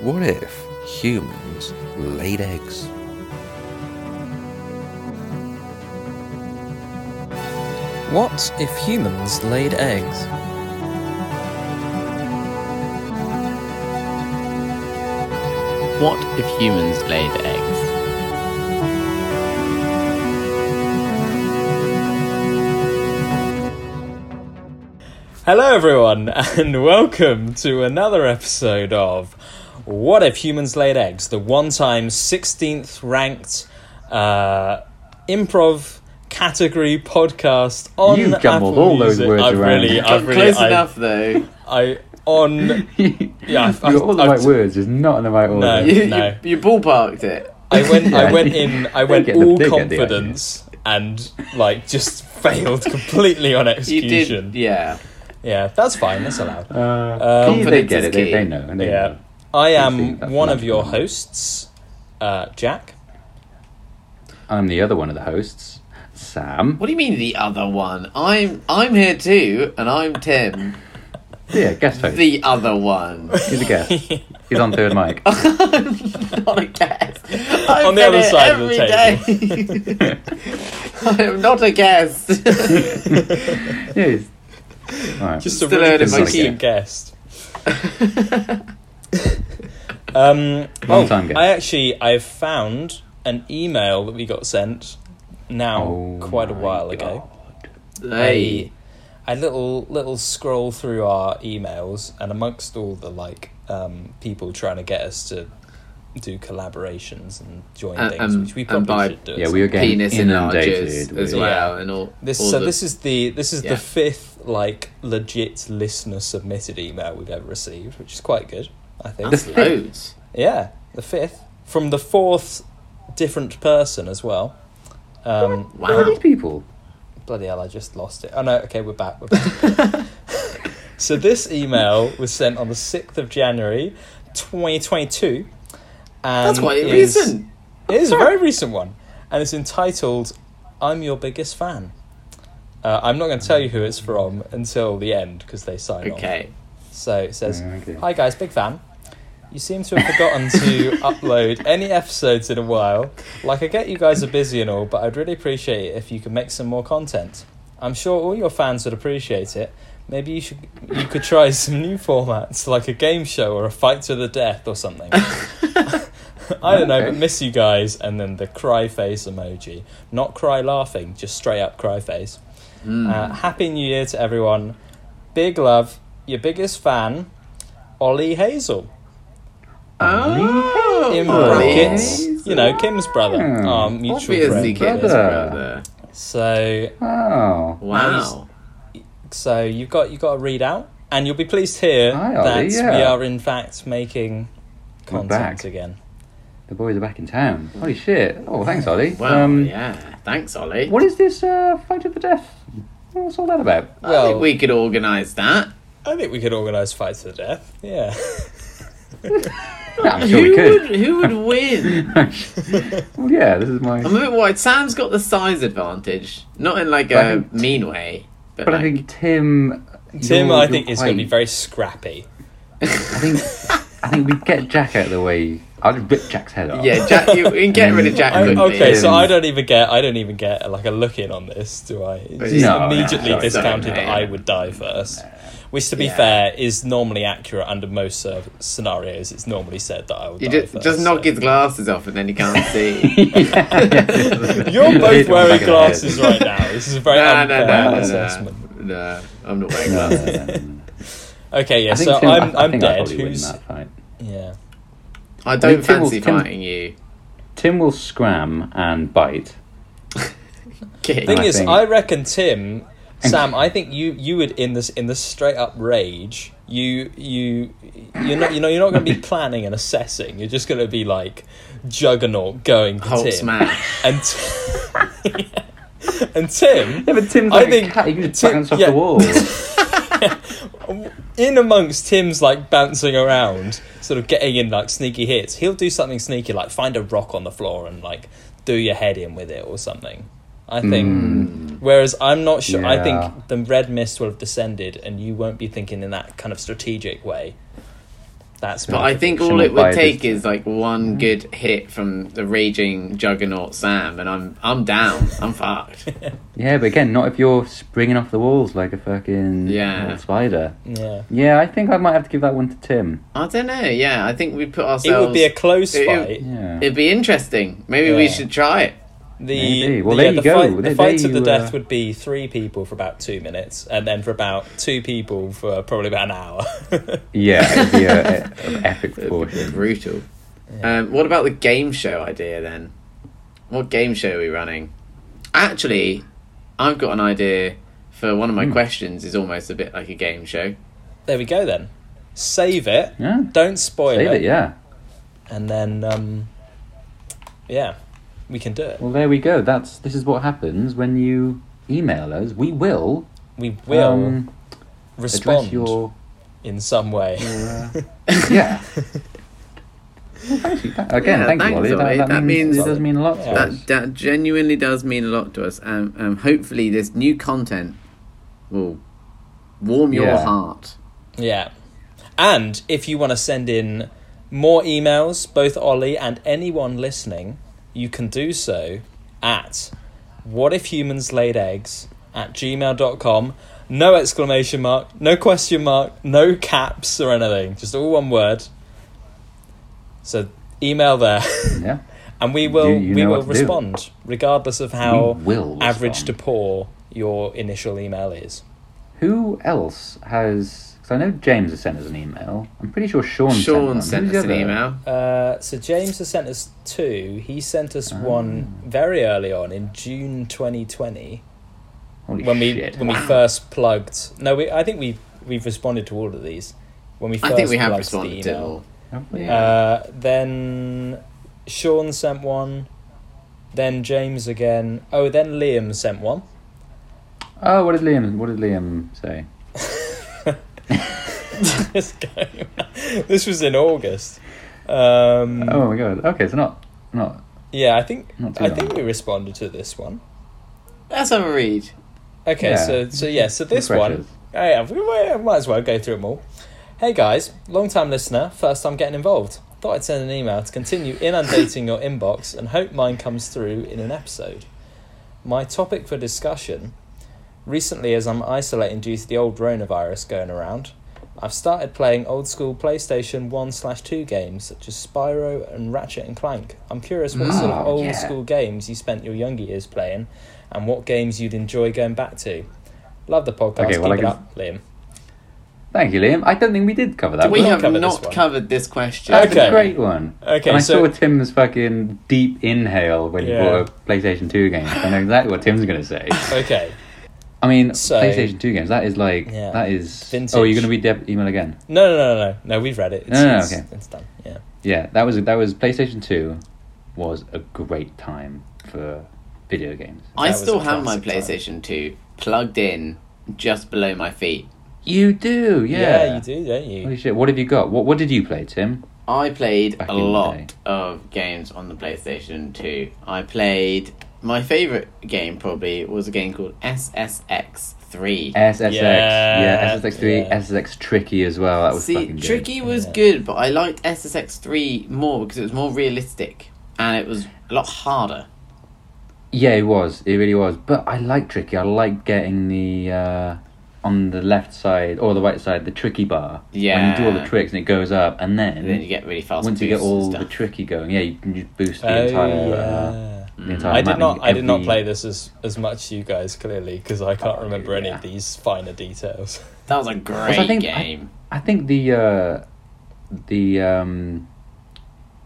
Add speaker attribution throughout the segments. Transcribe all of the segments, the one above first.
Speaker 1: What if humans laid eggs?
Speaker 2: What if humans laid eggs?
Speaker 3: What if humans laid eggs?
Speaker 2: Hello, everyone, and welcome to another episode of What If Humans Laid Eggs, the one time 16th ranked uh, improv category podcast on
Speaker 4: You've jumbled
Speaker 2: Apple
Speaker 4: all those
Speaker 2: Music.
Speaker 4: words
Speaker 2: I've
Speaker 4: around.
Speaker 2: really, I've really,
Speaker 3: Close
Speaker 2: I,
Speaker 3: enough, though.
Speaker 2: I, on, yeah,
Speaker 4: you got all the
Speaker 2: I've-
Speaker 4: right words, just not in the right order.
Speaker 2: No. um,
Speaker 3: You,
Speaker 2: No.
Speaker 3: you, you ballparked it.
Speaker 2: I went,
Speaker 4: Yeah,
Speaker 2: I went
Speaker 4: you-
Speaker 2: in, I
Speaker 4: you
Speaker 2: went
Speaker 4: get the
Speaker 2: all
Speaker 4: big idea, actually.
Speaker 2: confidence and like just failed completely on
Speaker 3: You
Speaker 2: execution.
Speaker 3: did, yeah.
Speaker 2: yeah, that's fine, that's allowed.
Speaker 4: Uh,
Speaker 3: Um,
Speaker 4: they get it.
Speaker 3: confidence is
Speaker 4: They, they
Speaker 3: key.
Speaker 4: know. They
Speaker 2: Yeah.
Speaker 4: know.
Speaker 2: I
Speaker 4: think
Speaker 2: am
Speaker 4: that's
Speaker 2: one of
Speaker 4: enough
Speaker 2: your
Speaker 4: for now.
Speaker 2: hosts, uh, Jack.
Speaker 4: I'm the other one of the hosts, Sam.
Speaker 3: What do you mean the other one? I'm I'm here too, and I'm Tim,
Speaker 4: Yeah, guest host.
Speaker 3: the other one.
Speaker 4: He's a guest. He's on third mic.
Speaker 3: not a guest. I've
Speaker 2: On the
Speaker 3: been
Speaker 2: other
Speaker 3: here
Speaker 2: side
Speaker 3: every
Speaker 2: of the
Speaker 3: day. I am not a guest.
Speaker 4: Yeah, he's... All right.
Speaker 2: Just a
Speaker 3: Still
Speaker 2: really
Speaker 3: out of my
Speaker 2: consistent
Speaker 3: league.
Speaker 2: guest. Um,
Speaker 4: Long
Speaker 2: oh,
Speaker 4: time guest.
Speaker 2: I actually I've found an email that we got sent now
Speaker 4: Oh
Speaker 2: quite a
Speaker 4: my
Speaker 2: while ago.
Speaker 3: hey,
Speaker 2: I little little scroll through our emails, and amongst all the like um, people trying to get us to do collaborations and join
Speaker 3: And-
Speaker 2: things,
Speaker 3: and-
Speaker 2: which we
Speaker 3: and
Speaker 2: probably
Speaker 3: by-
Speaker 2: should do. at
Speaker 4: um, Yeah,
Speaker 2: some
Speaker 4: we were getting
Speaker 3: penis enlarges
Speaker 4: inundated
Speaker 3: as
Speaker 4: with-
Speaker 3: well, and all.
Speaker 2: This
Speaker 3: all
Speaker 2: so
Speaker 3: the-
Speaker 2: this is the this is
Speaker 3: Yeah.
Speaker 2: the fifth like legit listener submitted email we've ever received, which is quite good, I think.
Speaker 3: that's loads.
Speaker 2: yeah, the fifth from the fourth different person as well. Um,
Speaker 4: Who are
Speaker 3: Wow.
Speaker 4: these people?
Speaker 2: bloody hell, I just lost it. Oh no, okay, we're back. We're back. so this email was sent on the sixth of January, twenty twenty two.
Speaker 3: That's quite
Speaker 2: is,
Speaker 3: recent.
Speaker 2: It is a very recent one, and it's entitled "I'm Your Biggest Fan." Uh, I'm not going to tell you who it's from until the end because they sign off.
Speaker 3: Okay.
Speaker 2: So it says,
Speaker 4: Okay.
Speaker 2: "Hi guys, big fan. You seem to have forgotten to upload any episodes in a while. Like I get you guys are busy and all, but I'd really appreciate it if you could make some more content. I'm sure all your fans would appreciate it. Maybe you should you could try some new formats like a game show or a fight to the death or something. I don't know, but
Speaker 4: Okay.
Speaker 2: miss you guys and then the cry face emoji. Not cry laughing, just straight up cry face. Uh, Happy New Year to everyone. Big love, your biggest fan, Ollie Hazel.
Speaker 3: Oh,
Speaker 2: In
Speaker 3: Ollie.
Speaker 2: brackets, you know, Kim's brother,
Speaker 4: Hmm.
Speaker 2: our mutual
Speaker 3: Obviously,
Speaker 2: friend.
Speaker 3: get his
Speaker 4: Brother.
Speaker 3: brother.
Speaker 2: So,
Speaker 4: Oh.
Speaker 3: Wow.
Speaker 2: so you've got you have got a readout, and you'll be pleased to hear
Speaker 4: Hi,
Speaker 2: that
Speaker 4: Ollie,
Speaker 2: we
Speaker 4: yeah.
Speaker 2: are in fact making
Speaker 4: We're
Speaker 2: content
Speaker 4: back.
Speaker 2: again.
Speaker 4: The boys are back in town. Holy shit. Oh, thanks, Ollie.
Speaker 3: Well, yeah. Thanks, Ollie.
Speaker 4: What is this uh, fight of the death? What's all that about?
Speaker 3: I
Speaker 2: Well,
Speaker 3: think we could organise that.
Speaker 2: I think we could organise fights to the death. Yeah.
Speaker 4: Yeah, I'm sure
Speaker 3: Who
Speaker 4: we
Speaker 3: would
Speaker 4: could.
Speaker 3: who would win?
Speaker 4: Well, yeah, this is my.
Speaker 3: I'm a bit worried. Sam's got the size advantage, not in like
Speaker 4: But I
Speaker 3: a
Speaker 4: think-
Speaker 3: mean way, but,
Speaker 4: But
Speaker 3: like,
Speaker 4: I think Tim.
Speaker 2: Tim,
Speaker 4: you're-
Speaker 2: I
Speaker 4: you're
Speaker 2: think is going to be
Speaker 4: quite-
Speaker 2: very scrappy.
Speaker 4: I think I think we get Jack out of the way. I'll just rip Jack's head off.
Speaker 3: yeah, Jack. You, you can get rid of Jack.
Speaker 2: I,
Speaker 3: quickly.
Speaker 2: okay, so
Speaker 4: Tim.
Speaker 2: I don't even get I don't even get like a look in on this, do I? It's just
Speaker 4: No,
Speaker 2: immediately
Speaker 4: no, sorry,
Speaker 2: discounted
Speaker 3: no,
Speaker 2: that
Speaker 3: no.
Speaker 2: I would die first. Which, to be
Speaker 3: Yeah.
Speaker 2: fair, is normally accurate under most cer- scenarios. It's normally said that I would
Speaker 3: you
Speaker 2: die
Speaker 3: just
Speaker 2: first.
Speaker 3: just knock his glasses off, and then he can't see.
Speaker 2: You're both
Speaker 4: Hit him on the back
Speaker 2: wearing
Speaker 4: of the
Speaker 2: glasses
Speaker 4: head.
Speaker 2: right now. This is a very
Speaker 3: no, no, no,
Speaker 2: unfair
Speaker 3: no, no,
Speaker 2: assessment.
Speaker 3: no. I'm not wearing
Speaker 4: No, no,
Speaker 3: glasses.
Speaker 4: no, no, no.
Speaker 2: Okay, yeah.
Speaker 4: I think
Speaker 2: So
Speaker 4: Tim, I-
Speaker 2: I'm
Speaker 4: I
Speaker 2: I'm
Speaker 4: think I'd
Speaker 2: dead.
Speaker 4: probably win
Speaker 2: Who's
Speaker 4: that fight.
Speaker 2: yeah?
Speaker 3: I don't
Speaker 4: Tim will-
Speaker 3: fancy
Speaker 4: Tim-
Speaker 3: fighting you.
Speaker 4: Tim will scram and bite.
Speaker 3: Okay.
Speaker 2: Thing
Speaker 4: I
Speaker 2: is,
Speaker 4: think-
Speaker 2: I reckon Tim, Sam. I think you you would in this in this straight up rage. You you you're not you know you're not going to be planning and assessing. You're just going to be like juggernaut going for
Speaker 3: Hulk
Speaker 2: Tim
Speaker 3: smash.
Speaker 2: and t- and Tim.
Speaker 4: Yeah, but Tim's
Speaker 2: I
Speaker 4: like
Speaker 2: think
Speaker 4: a cat. He can just
Speaker 2: Tim-
Speaker 4: bounce off
Speaker 2: yeah.
Speaker 4: the wall.
Speaker 2: in amongst Tim's like bouncing around, sort of getting in like sneaky hits, he'll do something sneaky, like find a rock on the floor and like do your head in with it or something. I think Whereas I'm not sure. I
Speaker 4: Hmm. Yeah.
Speaker 2: think the red mist will have descended, and you won't be thinking in that kind of strategic way. That's
Speaker 3: But
Speaker 2: my
Speaker 3: I think all
Speaker 4: Shouldn't
Speaker 3: it
Speaker 4: buy
Speaker 3: would
Speaker 4: this-
Speaker 3: take is like one good hit from the raging juggernaut Sam, and I'm I'm down. I'm fucked.
Speaker 4: Yeah, but again, not if you're springing off the walls like a fucking
Speaker 3: Yeah.
Speaker 4: little spider.
Speaker 2: Yeah.
Speaker 4: Yeah, I think I might have to give that one to Tim.
Speaker 3: I don't know. Yeah, I think we put
Speaker 2: It
Speaker 3: ourselves.
Speaker 2: would be a close
Speaker 3: It-
Speaker 2: fight.
Speaker 4: Yeah.
Speaker 3: It'd be interesting. Maybe we
Speaker 2: Yeah.
Speaker 3: should try it.
Speaker 2: The
Speaker 4: Maybe. Well,
Speaker 2: the-
Speaker 4: there
Speaker 2: yeah,
Speaker 4: you
Speaker 2: the
Speaker 4: go.
Speaker 2: Fight, the
Speaker 4: There-
Speaker 2: fight
Speaker 4: there
Speaker 2: to the
Speaker 4: you,
Speaker 2: death
Speaker 4: uh,
Speaker 2: would be three people for about two minutes, and then for about two people for probably about an hour.
Speaker 4: Yeah, it'd be a, a- of epic proportion.
Speaker 3: Brutal. Um, what about the game show idea then? What game show are we running? Actually, I've got an idea for one of
Speaker 2: Hmm.
Speaker 3: my questions. Is almost a bit like a game show.
Speaker 2: there we go then. Save it.
Speaker 4: Yeah.
Speaker 2: Don't spoil
Speaker 4: Save it, yeah.
Speaker 2: And then, um, yeah, we can do it.
Speaker 4: Well, there we go. That's this is what happens when you email us. We will
Speaker 2: We will
Speaker 4: um,
Speaker 2: respond
Speaker 4: address your
Speaker 2: in some way.
Speaker 4: yeah. Well, thank you. That- Again,
Speaker 3: Yeah, thanks,
Speaker 4: thank you, Ollie. That,
Speaker 3: Ollie.
Speaker 4: that
Speaker 3: That
Speaker 4: means,
Speaker 3: means-
Speaker 4: it does mean a lot to
Speaker 2: Yeah.
Speaker 4: us.
Speaker 3: That, that genuinely does mean a lot to us. Um, um, hopefully, this new content will warm your
Speaker 4: Yeah.
Speaker 3: heart.
Speaker 2: yeah. And if you want to send in more emails, both Ollie and anyone listening, you can do so at what if humans laid eggs at gmail.com. No exclamation mark, no question mark, no caps or anything. Just all one word. So email there.
Speaker 4: Yeah.
Speaker 2: and we will
Speaker 4: You- you
Speaker 2: we
Speaker 4: know
Speaker 2: will
Speaker 4: what to do.
Speaker 2: respond regardless of how
Speaker 4: We will
Speaker 2: average
Speaker 4: respond.
Speaker 2: to poor your initial email is
Speaker 4: Who else has? Because I know James has sent us an email. I'm pretty sure Sean.
Speaker 3: Sean
Speaker 4: one.
Speaker 3: sent
Speaker 4: Who's the
Speaker 3: us an
Speaker 4: other?
Speaker 3: email.
Speaker 2: uh, so james has sent us two he sent
Speaker 4: Oh.
Speaker 2: us one very early on in june 2020
Speaker 4: Holy
Speaker 2: when we
Speaker 4: shit.
Speaker 2: when we first plugged no we i think we we've responded to all of these when we
Speaker 3: I
Speaker 2: first
Speaker 3: think we have
Speaker 2: plugged
Speaker 3: responded
Speaker 2: the
Speaker 3: to it
Speaker 2: email.
Speaker 3: all.
Speaker 4: Have we?
Speaker 2: Uh, then Sean sent one then James again oh then Liam sent one
Speaker 4: oh, what did Liam? What did Liam say?
Speaker 2: this game. This was in August. Um,
Speaker 3: Hmm.
Speaker 4: Oh my god. Okay, so not not.
Speaker 2: Yeah, I think
Speaker 4: Not too
Speaker 2: I
Speaker 4: long.
Speaker 2: think we responded to this one.
Speaker 3: Let's have a read.
Speaker 2: Okay,
Speaker 4: Yeah.
Speaker 2: so so yeah, so this one.
Speaker 4: pressures.
Speaker 2: Oh, yeah, we might, might as well go through them all. Hey guys, long time listener, first time getting involved. Thought I'd send an email to continue inundating your inbox and hope mine comes through in an episode. My topic for discussion recently, as I'm isolating due to the old coronavirus going around, I've started playing old school PlayStation 1 slash 2 games such as Spyro and Ratchet and Clank. I'm curious what sort of
Speaker 4: Oh,
Speaker 2: old
Speaker 4: yeah.
Speaker 2: school games you spent your younger years playing and what games you'd enjoy going back to. Love the podcast.
Speaker 4: Okay,
Speaker 2: Keep
Speaker 4: well, I
Speaker 2: it
Speaker 4: can-
Speaker 2: up, Liam.
Speaker 4: Thank you, Liam. I don't think we did cover that.
Speaker 3: we
Speaker 4: one.
Speaker 3: have
Speaker 2: cover this
Speaker 3: not
Speaker 2: one.
Speaker 3: covered this question.
Speaker 4: That's
Speaker 2: Okay.
Speaker 4: a great one.
Speaker 2: Okay,
Speaker 4: And I
Speaker 2: so-
Speaker 4: saw Tim's fucking deep inhale when
Speaker 2: Yeah.
Speaker 4: you bought a PlayStation 2 game. I know exactly what Tim's going to say.
Speaker 2: Okay.
Speaker 4: I mean,
Speaker 2: So-
Speaker 4: PlayStation 2 games, that is like,
Speaker 2: Yeah.
Speaker 4: that is...
Speaker 2: Vintage.
Speaker 4: Oh, you're going to read the email again?
Speaker 2: No, no, no, no, no. No, we've read it. It's,
Speaker 4: No, no,
Speaker 2: it's,
Speaker 4: Ah, okay.
Speaker 2: it's done. Yeah.
Speaker 4: Yeah, that was, that was PlayStation 2 was a great time for video games.
Speaker 3: I
Speaker 2: That was
Speaker 3: still
Speaker 2: a
Speaker 3: have my
Speaker 2: classic
Speaker 3: PlayStation 2 plugged in just below my feet.
Speaker 4: You do, yeah.
Speaker 2: Yeah, you do, don't you?
Speaker 4: Holy shit, what have you got? What, what did you play, Tim?
Speaker 3: I played
Speaker 4: Back
Speaker 3: a
Speaker 4: in the day.
Speaker 3: lot of games on the PlayStation 2. I played. My favourite game probably was a game called SSX 3.
Speaker 4: SSX.
Speaker 2: Yeah,
Speaker 4: Yeah, SSX3,
Speaker 2: yeah.
Speaker 4: SSX Tricky as well. That was
Speaker 3: See,
Speaker 4: fucking good.
Speaker 3: Tricky was
Speaker 2: Yeah.
Speaker 3: good, but I liked SSX 3 more because it was more realistic and it was a lot harder.
Speaker 4: Yeah, it was. It really was. But I like tricky. I like getting the uh, on the left side or the right side the tricky bar. When you do all
Speaker 3: Yeah.
Speaker 4: the tricks and it goes up, and then,
Speaker 3: And then you get really fast.
Speaker 4: once you get
Speaker 3: boosts and
Speaker 4: all
Speaker 3: stuff.
Speaker 4: the tricky going, yeah, you can just boost the
Speaker 2: Oh,
Speaker 4: entire. Uh,
Speaker 2: yeah.
Speaker 3: Mm.
Speaker 4: the entire
Speaker 2: I did
Speaker 4: map.
Speaker 2: not. I did not
Speaker 4: Every-
Speaker 2: play this as as much as you guys clearly because I can't
Speaker 4: Oh,
Speaker 2: remember any of
Speaker 4: yeah.
Speaker 2: these finer details.
Speaker 3: That was a great
Speaker 4: Also, I think I-
Speaker 3: game.
Speaker 4: I think the uh, the um,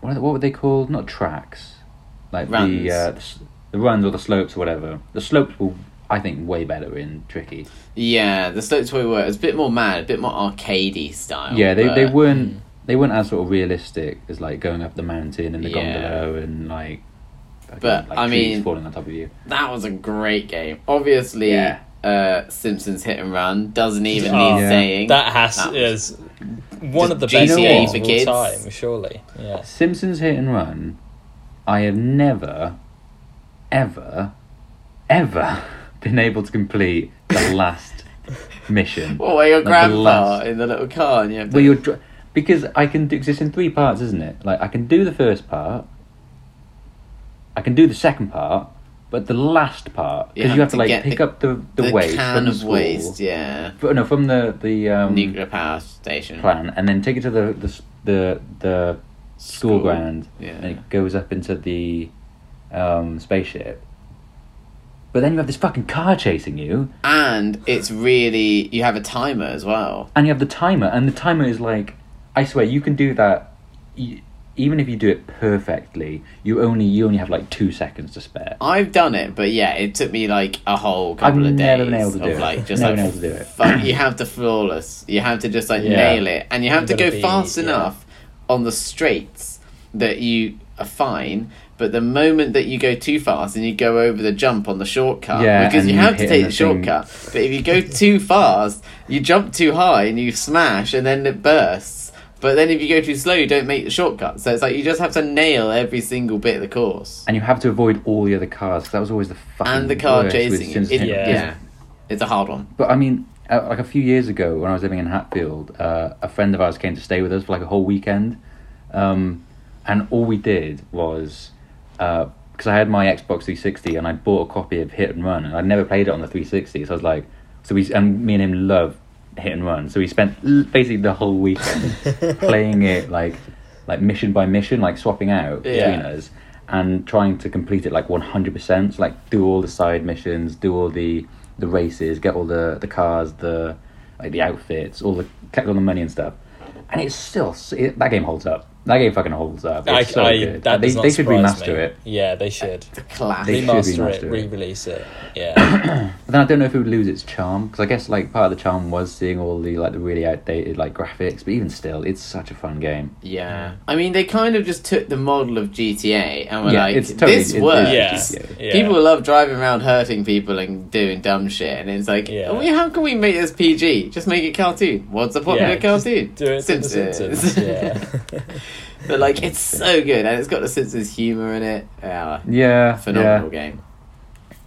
Speaker 4: what are the- what were they called? Not tracks, like
Speaker 3: Runs.
Speaker 4: the uh, the, s- the runs or the slopes or whatever. The slopes were, I think, way better in tricky.
Speaker 3: Yeah, the slopes where we were, it was a bit more mad, a bit more arcadey style.
Speaker 4: yeah,
Speaker 3: Oh,
Speaker 4: they,
Speaker 3: but- mm.
Speaker 4: they weren't they weren't as sort of realistic as like going up the mountain and the
Speaker 3: Yeah.
Speaker 4: gondola and like, fucking,
Speaker 3: But, I
Speaker 4: trees
Speaker 3: mean-
Speaker 4: falling on top of you.
Speaker 3: That was a great game. Obviously,
Speaker 4: Yeah.
Speaker 3: uh, Simpsons Hit and Run doesn't even
Speaker 2: Oh,
Speaker 3: need
Speaker 4: yeah.
Speaker 3: saying.
Speaker 2: That has
Speaker 3: That
Speaker 2: is one of the
Speaker 3: GTA
Speaker 2: best games
Speaker 3: for
Speaker 2: of all
Speaker 3: kids.
Speaker 2: time, surely. Yeah.
Speaker 4: Simpsons Hit and Run, I have never, ever, ever been able to complete the last mission.
Speaker 3: What, Oh, where your
Speaker 4: Like the
Speaker 3: grandpa
Speaker 4: last-
Speaker 3: in the little car and you have to...
Speaker 4: Well, you're dr- because I can do. 'cause it's in three parts, isn't it? Like I can do the first part. I can do the second part, but the last part
Speaker 3: You
Speaker 4: because
Speaker 3: have
Speaker 4: you have
Speaker 3: to
Speaker 4: to like
Speaker 3: get
Speaker 4: pick
Speaker 3: the-
Speaker 4: up the the,
Speaker 3: the
Speaker 4: waste
Speaker 3: can
Speaker 4: from the
Speaker 3: of
Speaker 4: school,
Speaker 3: waste, yeah.
Speaker 4: F- no, from the the um,
Speaker 3: Nuclear power station.
Speaker 4: plan, and then take it to the the s- the, the school, ground, and
Speaker 3: Yeah.
Speaker 4: it goes up into the um, spaceship. But then you have this fucking car chasing you,
Speaker 3: And it's really... You have a timer as well.
Speaker 4: and you have the timer, and the timer is like, I swear, you can do that. y even if you do it perfectly, you only you only have like two seconds to spare.
Speaker 3: I've done it, but yeah, it took me like a whole couple of days
Speaker 4: never been able to do
Speaker 3: of
Speaker 4: it.
Speaker 3: like just
Speaker 4: Never been
Speaker 3: like
Speaker 4: able to do it.
Speaker 3: fuck, you have to flawless. You have to just like
Speaker 2: Yeah.
Speaker 3: nail it, and you have to
Speaker 2: You
Speaker 3: go
Speaker 2: gotta be-
Speaker 3: fast
Speaker 2: yeah.
Speaker 3: enough on the straights that you are fine. But the moment that you go too fast and you go over the jump on the shortcut,
Speaker 4: Yeah,
Speaker 3: because
Speaker 4: and
Speaker 3: you
Speaker 4: you
Speaker 3: have to
Speaker 4: hit
Speaker 3: take the
Speaker 4: nothing.
Speaker 3: shortcut. But if you go too fast, you jump too high and you smash, and then it bursts. But then if you go too slow, you don't make the shortcut. So it's like you just have to nail every single bit of the course
Speaker 4: And you have to avoid all the other cars 'cause that was always the fucking
Speaker 3: and the car
Speaker 4: worst with
Speaker 3: chasing you.
Speaker 4: Sims
Speaker 3: It-
Speaker 4: Ten-
Speaker 2: Yeah.
Speaker 3: yeah. it's a hard one.
Speaker 4: But I mean, uh, like a few years ago when I was living in Hatfield, uh, a friend of ours came to stay with us for like a whole weekend. Um, and all we did was, because I had my Xbox 360 and I bought a copy of Hit and Run and I'd never played it on the 360. So I was like, so we, and me and him love Hit and Run. So we spent l- basically the whole weekend playing it like, like mission by mission, like swapping out between
Speaker 3: Yeah.
Speaker 4: us and trying to complete it like 100% so, like do all the side missions do all the the races get all the the cars the like the outfits all the collect all the money and stuff and it's still s- it, that game holds up that game fucking holds up it's
Speaker 2: I,
Speaker 4: so
Speaker 2: I,
Speaker 4: good
Speaker 2: that
Speaker 4: they,
Speaker 2: does not
Speaker 4: they should
Speaker 2: surprise
Speaker 4: remaster
Speaker 2: me.
Speaker 4: it
Speaker 2: Yeah, they should.
Speaker 3: Class.
Speaker 4: They should
Speaker 2: remaster it,
Speaker 4: remaster it.
Speaker 2: re-release it. Yeah,
Speaker 4: but then i don't know if it would lose its charm because i guess like part of the charm was seeing all the like the really outdated like graphics but even still it's such a fun game
Speaker 3: yeah, I mean, they kind of just took the model of GTA and were
Speaker 4: yeah
Speaker 3: like,
Speaker 4: it's totally
Speaker 3: "This
Speaker 4: it- it-
Speaker 3: works."
Speaker 2: yeah,
Speaker 4: yeah.
Speaker 2: yeah.
Speaker 3: People love driving around hurting people and doing dumb shit, and it's like,
Speaker 2: Yeah.
Speaker 3: "Oh, yeah, how can we make this PG? Just make it cartoon. What's the popular
Speaker 2: Yeah, just
Speaker 3: cartoon?
Speaker 2: do it to the Simpsons. Yeah.
Speaker 3: but like, it's so good, and it's got the Simpsons humor in it. Yeah,
Speaker 4: yeah
Speaker 3: phenomenal game.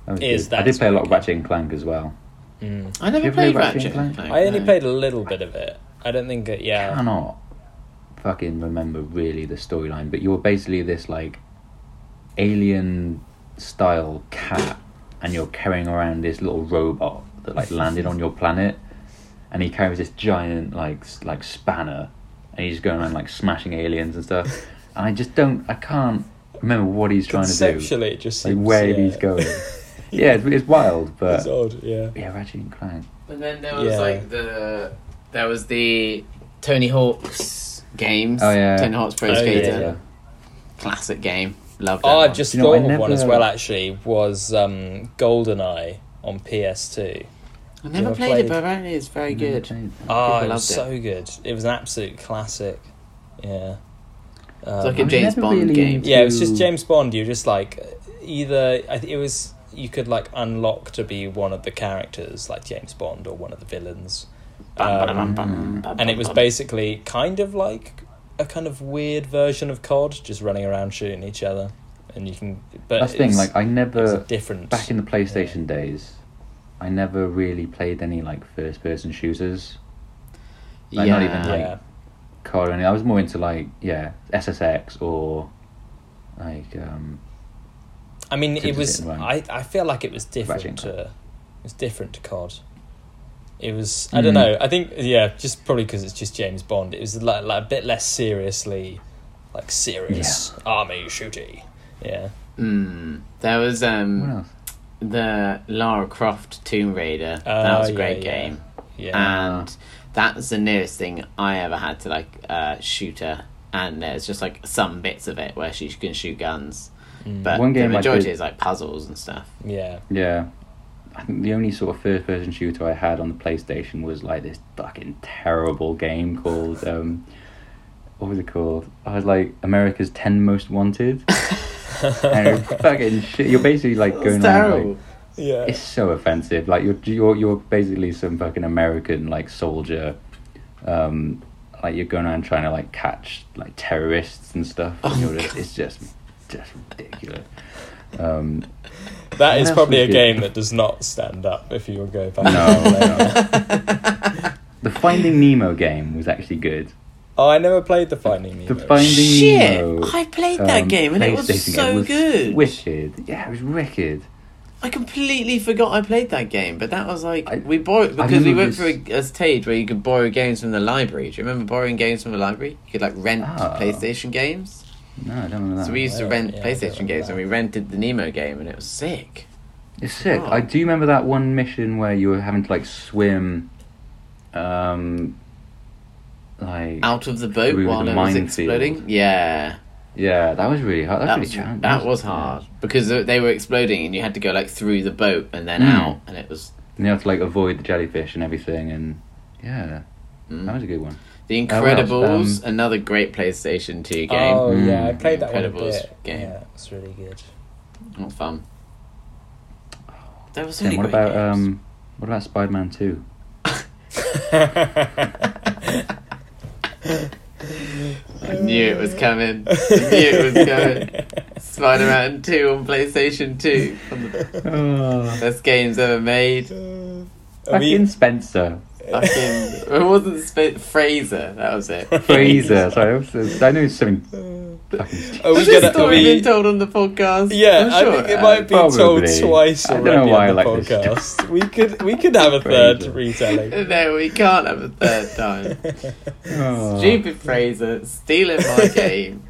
Speaker 4: that was
Speaker 2: Is
Speaker 4: good.
Speaker 2: that
Speaker 4: i did play a lot of
Speaker 2: okay.
Speaker 4: ratchet and clank as well
Speaker 2: Mm.
Speaker 3: I never
Speaker 4: You ever
Speaker 3: played
Speaker 4: played Ratchet
Speaker 3: Ratchet.
Speaker 4: and
Speaker 3: Clank,
Speaker 2: I only
Speaker 3: no.
Speaker 2: played a little bit of it. I don't think it. Yeah,
Speaker 4: cannot fucking remember really the storyline, but you were basically this like alien style cat and you're carrying around this little robot that like landed on your planet and he carries this giant like s- like spanner and he's going around like smashing aliens and stuff. And I just don't I can't remember what he's trying to do.
Speaker 2: conceptually, it just
Speaker 4: Like
Speaker 2: seems,
Speaker 4: where
Speaker 2: yeah.
Speaker 4: he's going. Yeah, it's, uh, it's wild, but
Speaker 2: It's odd. Yeah.
Speaker 4: yeah, Ratchet and Clank.
Speaker 3: And then there was
Speaker 2: Yeah.
Speaker 3: like the there was the Tony Hawk's games.
Speaker 4: Oh, yeah.
Speaker 3: Tony Hawk's Pro
Speaker 2: Oh,
Speaker 3: Skater,
Speaker 2: Yeah.
Speaker 4: Yeah.
Speaker 3: classic game. Loved.
Speaker 2: Oh, I
Speaker 3: that one.
Speaker 2: just
Speaker 4: You know,
Speaker 2: thought
Speaker 4: I
Speaker 2: of one
Speaker 4: never-
Speaker 2: as well. Actually, was um, GoldenEye on PS2.
Speaker 3: I never
Speaker 2: never
Speaker 3: played,
Speaker 2: played.
Speaker 3: it, but apparently it's very good.
Speaker 2: Oh, it
Speaker 3: loved
Speaker 2: was
Speaker 3: it.
Speaker 2: so good. It was an absolute classic. Yeah. Um,
Speaker 3: like a
Speaker 4: I'm
Speaker 3: James
Speaker 4: never
Speaker 3: Bond
Speaker 4: really
Speaker 3: game.
Speaker 4: into-
Speaker 2: yeah, it was just James Bond. You're just like either I think it was you could like unlock to be one of the characters, like James Bond or one of the villains, um, and it was basically kind of like a kind of weird version of COD, just running around shooting each other, and you can. But
Speaker 4: That's the thing,
Speaker 2: it's-
Speaker 4: like I
Speaker 2: it's
Speaker 4: never
Speaker 2: different.
Speaker 4: back in the PlayStation days, I never really played any like first person shooters, like, not even, uh, like-
Speaker 2: yeah,
Speaker 4: COD or anything. I was more into like yeah SSX or like um
Speaker 2: I mean,
Speaker 4: Simply
Speaker 2: it was.
Speaker 4: sitting around.
Speaker 2: I I feel like it was
Speaker 4: Ratchet and
Speaker 2: different
Speaker 4: Clank.
Speaker 2: to. It was different to COD. It was. I don't
Speaker 4: Mm.
Speaker 2: know. I think yeah, just probably because it's just James Bond. It was like, like a bit less seriously, like serious army shooty. Yeah.
Speaker 3: Mm. There was
Speaker 4: what
Speaker 3: um
Speaker 4: else?
Speaker 3: the Lara Croft Tomb Raider.
Speaker 2: Oh,
Speaker 3: that was a
Speaker 2: yeah,
Speaker 3: great
Speaker 2: yeah.
Speaker 3: game.
Speaker 4: Ah.
Speaker 2: Yeah.
Speaker 3: and that's the nearest thing I ever had to like uh, shoot her. And there's just like some bits of it where she can shoot guns, but
Speaker 4: Mm. One game
Speaker 3: the
Speaker 4: I
Speaker 3: majority
Speaker 4: did-
Speaker 3: is like puzzles and stuff.
Speaker 2: yeah.
Speaker 4: Yeah, I think the only sort of first person shooter I had on the PlayStation was like this fucking terrible game called um what was it called? I was like America's Ten Most Wanted. and it was fucking shit. You're basically like going on like,
Speaker 2: Yeah.
Speaker 4: It's so offensive. Like you're you're you're basically some fucking American like soldier. Um, like you're going around trying to like
Speaker 3: Oh
Speaker 4: catch like terrorists and stuff. And you're just, it's just just ridiculous. Um,
Speaker 2: That
Speaker 4: What
Speaker 2: is
Speaker 4: else
Speaker 2: probably
Speaker 4: we
Speaker 2: a
Speaker 4: did?
Speaker 2: game that does not stand up if you go back.
Speaker 4: No,
Speaker 2: and play
Speaker 4: no.
Speaker 2: it.
Speaker 4: the Finding Nemo game was actually good.
Speaker 2: Oh, I never played the Finding Nemo.
Speaker 4: The Finding
Speaker 3: Shit,
Speaker 4: Nemo. um,
Speaker 3: I played that game and it was
Speaker 4: PlayStation
Speaker 3: so good.
Speaker 4: Wicked. Yeah, it was wicked.
Speaker 3: I completely forgot I played that game, but that was like
Speaker 4: I-
Speaker 3: we borrowed
Speaker 4: I
Speaker 3: because we
Speaker 4: remember
Speaker 3: went through a, a stage where you could borrow games from the library. Do you remember borrowing games from the library? You could like rent
Speaker 4: Ah. Oh,
Speaker 3: PlayStation games.
Speaker 4: No, I don't remember that.
Speaker 3: So we used to
Speaker 2: yeah,
Speaker 3: rent
Speaker 2: yeah, I don't
Speaker 3: PlayStation games,
Speaker 2: remember
Speaker 3: and we rented the Nemo game, and it was sick.
Speaker 4: It's sick.
Speaker 3: Oh.
Speaker 4: I do remember that one mission where you were having to like swim, um, like
Speaker 3: Out of the boat
Speaker 4: Through
Speaker 3: while
Speaker 4: the
Speaker 3: it was
Speaker 4: minefield.
Speaker 3: exploding. Yeah,
Speaker 4: yeah, that was really hard. That,
Speaker 3: that
Speaker 4: was
Speaker 3: was,
Speaker 4: really challenging.
Speaker 3: that was hard because they were exploding, and you had to go like through the boat and then
Speaker 4: Mm.
Speaker 3: out, and it was
Speaker 4: And you have to like avoid the jellyfish and everything, and yeah,
Speaker 3: Mm.
Speaker 4: that was a good one.
Speaker 3: The
Speaker 4: Uh, what else?
Speaker 3: Incredibles, another great PlayStation Two game.
Speaker 2: Oh
Speaker 4: game.
Speaker 2: yeah, I
Speaker 4: Mm.
Speaker 2: played that one a
Speaker 3: Incredibles
Speaker 2: bit.
Speaker 3: game.
Speaker 2: Yeah, it's really good.
Speaker 3: Not fun. There was so
Speaker 4: Then
Speaker 3: many
Speaker 4: what
Speaker 3: great
Speaker 4: about
Speaker 3: games.
Speaker 4: um, what about Spider Man Two?
Speaker 3: I knew it was coming. I knew it was coming. Spider-Man Two on PlayStation Two, one of the
Speaker 2: Uh,
Speaker 3: best games ever made.
Speaker 2: Oh. Are we-
Speaker 4: Fucking Spencer,
Speaker 3: Fucking, it wasn't Sp- Fraser. That was it.
Speaker 4: Fraser. Sorry, I, was, I knew something. Fucking
Speaker 2: Are we
Speaker 3: Has this
Speaker 2: gonna? Are
Speaker 3: story
Speaker 2: we,
Speaker 3: been told on the podcast?
Speaker 2: yeah,
Speaker 3: I'm
Speaker 2: I
Speaker 3: sure
Speaker 2: think it
Speaker 3: has.
Speaker 2: might be told
Speaker 4: Probably.
Speaker 2: twice
Speaker 4: I don't
Speaker 2: already
Speaker 4: know
Speaker 2: on
Speaker 4: why I
Speaker 2: the
Speaker 4: like this
Speaker 2: podcast. We could we could have a third
Speaker 4: Fraser.
Speaker 2: retelling.
Speaker 3: No, we can't have a third time.
Speaker 4: Oh.
Speaker 3: Stupid Fraser stealing my game.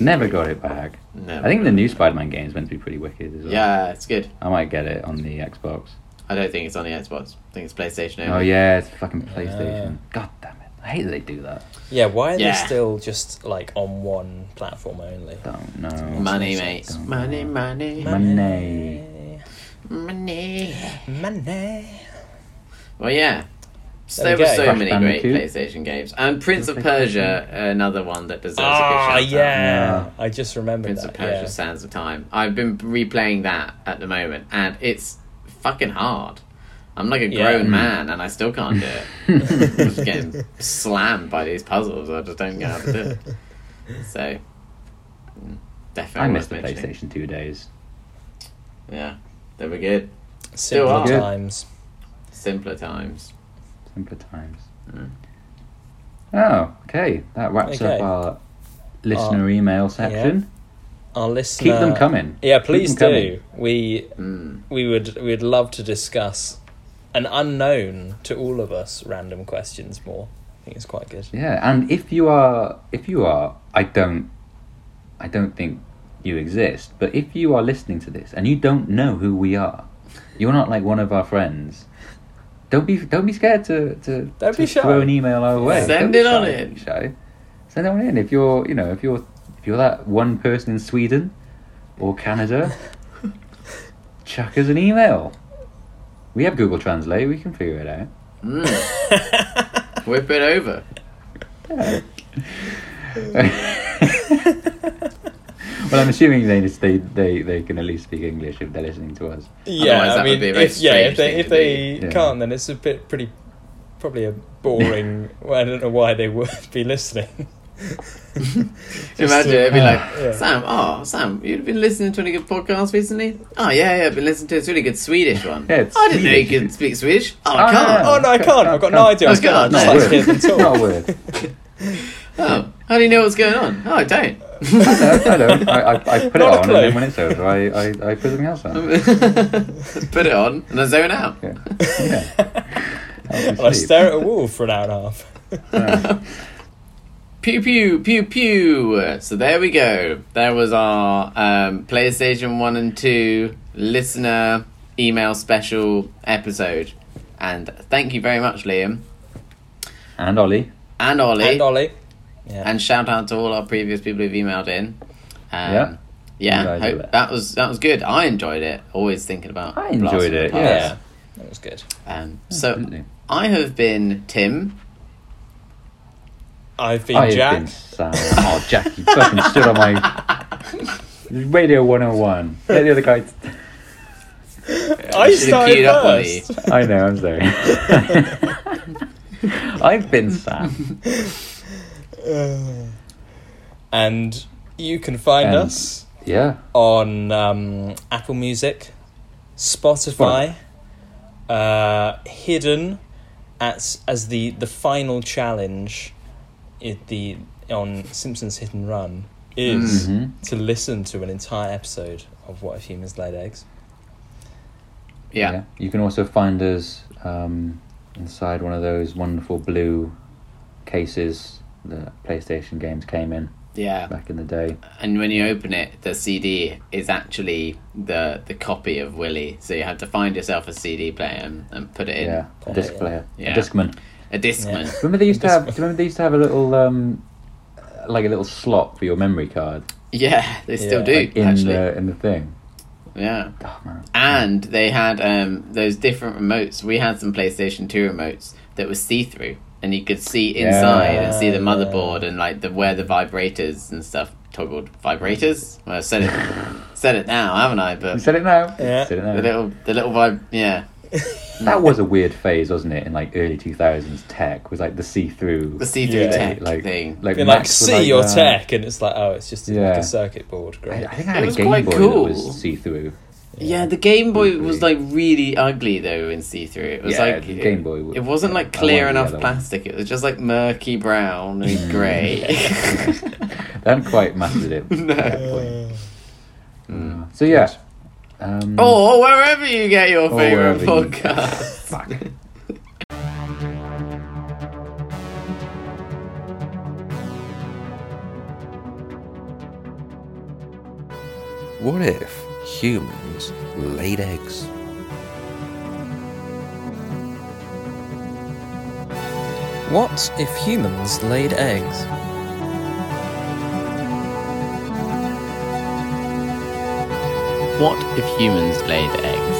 Speaker 4: Never got it back.
Speaker 3: No,
Speaker 4: I think the new Spider Man game is meant to be pretty wicked as well.
Speaker 3: Yeah, it's good.
Speaker 4: I might get it on the Xbox.
Speaker 3: I don't think it's on the Xbox. I think it's PlayStation. Only.
Speaker 4: Oh yeah, it's fucking PlayStation. God damn it! I hate that they do that.
Speaker 2: Yeah, why are
Speaker 3: Yeah.
Speaker 2: they still just like on one platform only?
Speaker 4: Don't know.
Speaker 3: Money, mate.
Speaker 4: Don't
Speaker 3: Money,
Speaker 4: know.
Speaker 3: money,
Speaker 4: Money.
Speaker 3: money.
Speaker 2: Money.
Speaker 3: Well, yeah. So
Speaker 2: There
Speaker 3: there
Speaker 2: we
Speaker 3: were
Speaker 2: go.
Speaker 3: so
Speaker 2: Crash
Speaker 3: many great
Speaker 4: Bandicoot.
Speaker 3: PlayStation games. And Prince of Persia, another one that deserves
Speaker 2: Ah,
Speaker 3: a good shout out.
Speaker 2: yeah. I just remembered
Speaker 3: Prince
Speaker 2: that.
Speaker 3: of Persia,
Speaker 2: yeah.
Speaker 3: Sands of Time. I've been replaying that at the moment, and it's fucking hard. I'm like a
Speaker 2: Yeah.
Speaker 3: grown
Speaker 2: Mm.
Speaker 3: man, and I still can't do it. I'm just getting slammed by these puzzles. I just don't know how to do it. So, mm, definitely
Speaker 4: I
Speaker 3: worth
Speaker 4: miss the
Speaker 3: mentioning.
Speaker 4: PlayStation Two days.
Speaker 3: Yeah, they were good. Still
Speaker 2: Simpler
Speaker 3: are.
Speaker 2: times.
Speaker 3: Simpler times.
Speaker 4: Simpler times.
Speaker 3: Mm.
Speaker 4: Oh, okay. That wraps
Speaker 2: Okay.
Speaker 4: up our listener email section.
Speaker 2: Our listener.
Speaker 4: Keep them coming.
Speaker 2: Yeah,
Speaker 4: Keep
Speaker 2: please
Speaker 4: them Hmm.
Speaker 2: do. We
Speaker 3: Mm.
Speaker 2: we would we'd love to discuss an unknown to all of us random questions more. I think it's quite good.
Speaker 4: Yeah, and if you are, if you are, I don't, I don't think you exist. But if you are listening to this and you don't know who we are, you're not like one of our friends. Don't be, don't be scared to to,
Speaker 2: Don't
Speaker 4: to
Speaker 2: be shy.
Speaker 4: throw an email our way.
Speaker 3: Send
Speaker 4: Don't be
Speaker 3: it on
Speaker 4: shy,
Speaker 3: in.
Speaker 4: don't be shy. Send it on in. If you're, you know, if you're, if you're that one person in Sweden or Canada, chuck us an email. We have Google Translate. We can figure it out.
Speaker 3: Mm. Whip it over.
Speaker 4: Well, I'm assuming they they they they can at least speak English if they're listening to us.
Speaker 2: Yeah,
Speaker 3: Otherwise, that
Speaker 2: I
Speaker 3: would
Speaker 2: mean,
Speaker 3: be a very
Speaker 2: if, yeah, if
Speaker 3: strange
Speaker 2: they
Speaker 3: thing
Speaker 2: if
Speaker 3: to
Speaker 2: they
Speaker 4: do. Yeah.
Speaker 2: can't, then it's a bit pretty, probably a boring. well, I don't know why they would be listening.
Speaker 3: Imagine it'd be like
Speaker 2: yeah.
Speaker 3: Sam. Oh, Sam, you've been listening to any good podcasts recently? Oh yeah, yeah, I've been listening to this really good Swedish one.
Speaker 4: Yeah, it's
Speaker 3: I didn't know you
Speaker 4: Swedish.
Speaker 3: could speak Swedish. Oh, I
Speaker 4: Oh,
Speaker 3: can't.
Speaker 2: Oh no, I can't. I've got no idea what's going on.
Speaker 3: No,
Speaker 2: Just
Speaker 4: Not
Speaker 2: like
Speaker 4: a
Speaker 2: to hear them
Speaker 4: word.
Speaker 2: talk.
Speaker 4: Not a word.
Speaker 3: Oh, how do you know what's going on? Oh, I don't.
Speaker 4: No, I don't. I, I, I put it
Speaker 2: Not a
Speaker 4: on, and
Speaker 2: clue.
Speaker 4: then when it's over, I, I, I put something else on.
Speaker 3: Put it on and I zone out.
Speaker 4: Yeah. yeah. Help
Speaker 2: Well, I
Speaker 4: me sleep.
Speaker 2: stare at a wall for an hour and a half.
Speaker 3: Pew pew pew pew. So there we go. There was our um, PlayStation One and Two listener email special episode, and thank you very much, Liam
Speaker 4: And Ollie.
Speaker 3: and Ollie.
Speaker 2: And Ollie. Yeah.
Speaker 3: and shout out to all our previous people who've emailed in. Um,
Speaker 4: Yeah. You
Speaker 3: yeah.
Speaker 4: guys
Speaker 3: Hope
Speaker 4: do it.
Speaker 3: that was that was good. I enjoyed it. Always thinking about.
Speaker 4: I enjoyed
Speaker 3: blasting
Speaker 4: it,
Speaker 3: the
Speaker 4: yeah.
Speaker 3: past.
Speaker 2: yeah, that was good.
Speaker 3: Um, so
Speaker 4: Absolutely.
Speaker 3: I have been Tim.
Speaker 2: I've been
Speaker 4: I have
Speaker 2: Jack.
Speaker 4: been Sam. Oh, Jack, you fucking stood on my Radio 101. Let the other guy. T-
Speaker 2: I
Speaker 3: You should've
Speaker 2: started
Speaker 3: queued up, Ollie.
Speaker 2: first.
Speaker 4: I know. I'm sorry. I've been Sam.
Speaker 2: and you can find
Speaker 4: And-
Speaker 2: us
Speaker 4: Yeah.
Speaker 2: on um, Apple Music, Spotify, uh, hidden as as the the final challenge, it, the on Simpsons Hit and Run is
Speaker 4: Mhm.
Speaker 2: to listen to an entire episode of What If Humans Laid Eggs.
Speaker 3: Yeah.
Speaker 4: You can also find us um, inside one of those wonderful blue cases that PlayStation games came in
Speaker 3: Yeah.
Speaker 4: back in the day.
Speaker 3: And when you open it, the CD is actually the the copy of Willy. So you have to find yourself a CD player and, and put it in.
Speaker 4: Yeah. A disc
Speaker 2: Yeah.
Speaker 4: player.
Speaker 3: Yeah.
Speaker 4: A discman.
Speaker 3: A Discman.
Speaker 2: Yeah.
Speaker 4: Remember they used to
Speaker 2: Disc-
Speaker 4: have do you remember they used to have a little um, like a little slot for your memory card
Speaker 3: Yeah, they still
Speaker 2: Yeah.
Speaker 3: do,
Speaker 4: like, in
Speaker 3: actually.
Speaker 4: the in the thing.
Speaker 3: Yeah.
Speaker 4: Oh man.
Speaker 3: And they had um, those different remotes. We had some PlayStation 2 remotes that were see through, and you could see inside and see the
Speaker 2: Yeah.
Speaker 3: motherboard and like the where the vibrators and stuff toggled. Vibrators? Well, I said it, said it now, haven't I?
Speaker 4: You
Speaker 3: But
Speaker 4: said it now.
Speaker 2: Yeah.
Speaker 4: Said it
Speaker 3: the
Speaker 4: now.
Speaker 3: little the little vibe, yeah,
Speaker 4: That was a weird phase, wasn't it? In like early two thousands, tech was like the see through.
Speaker 3: the see through
Speaker 2: Yeah.
Speaker 3: tech
Speaker 4: like,
Speaker 3: thing.
Speaker 4: Like, uh,
Speaker 2: Being like,
Speaker 4: Macs were
Speaker 2: see your
Speaker 4: that.
Speaker 2: tech, and it's like, oh, it's just like
Speaker 4: Yeah.
Speaker 2: a circuit board. Great.
Speaker 4: I, I think I
Speaker 3: It
Speaker 4: had a
Speaker 3: was
Speaker 4: Game Boy
Speaker 3: quite cool.
Speaker 4: that was see through.
Speaker 3: yeah. the Game Boy
Speaker 4: Really.
Speaker 3: was like really ugly though in see through. It was
Speaker 4: Yeah,
Speaker 3: like
Speaker 4: the Game Boy was-
Speaker 3: It wasn't
Speaker 4: yeah,
Speaker 3: like
Speaker 4: I
Speaker 3: clear
Speaker 4: wanted the
Speaker 3: enough
Speaker 4: other one.
Speaker 3: plastic. It was just like murky brown and grey.
Speaker 4: They hadn't quite mastered it.
Speaker 3: No.
Speaker 4: at that point. Uh, so yeah. Um,
Speaker 3: or wherever you get your
Speaker 4: Or
Speaker 3: favorite
Speaker 4: wherever you-
Speaker 3: podcast.
Speaker 4: fuck.
Speaker 1: What if humans laid eggs?
Speaker 2: What if humans laid eggs?
Speaker 3: What if humans laid eggs?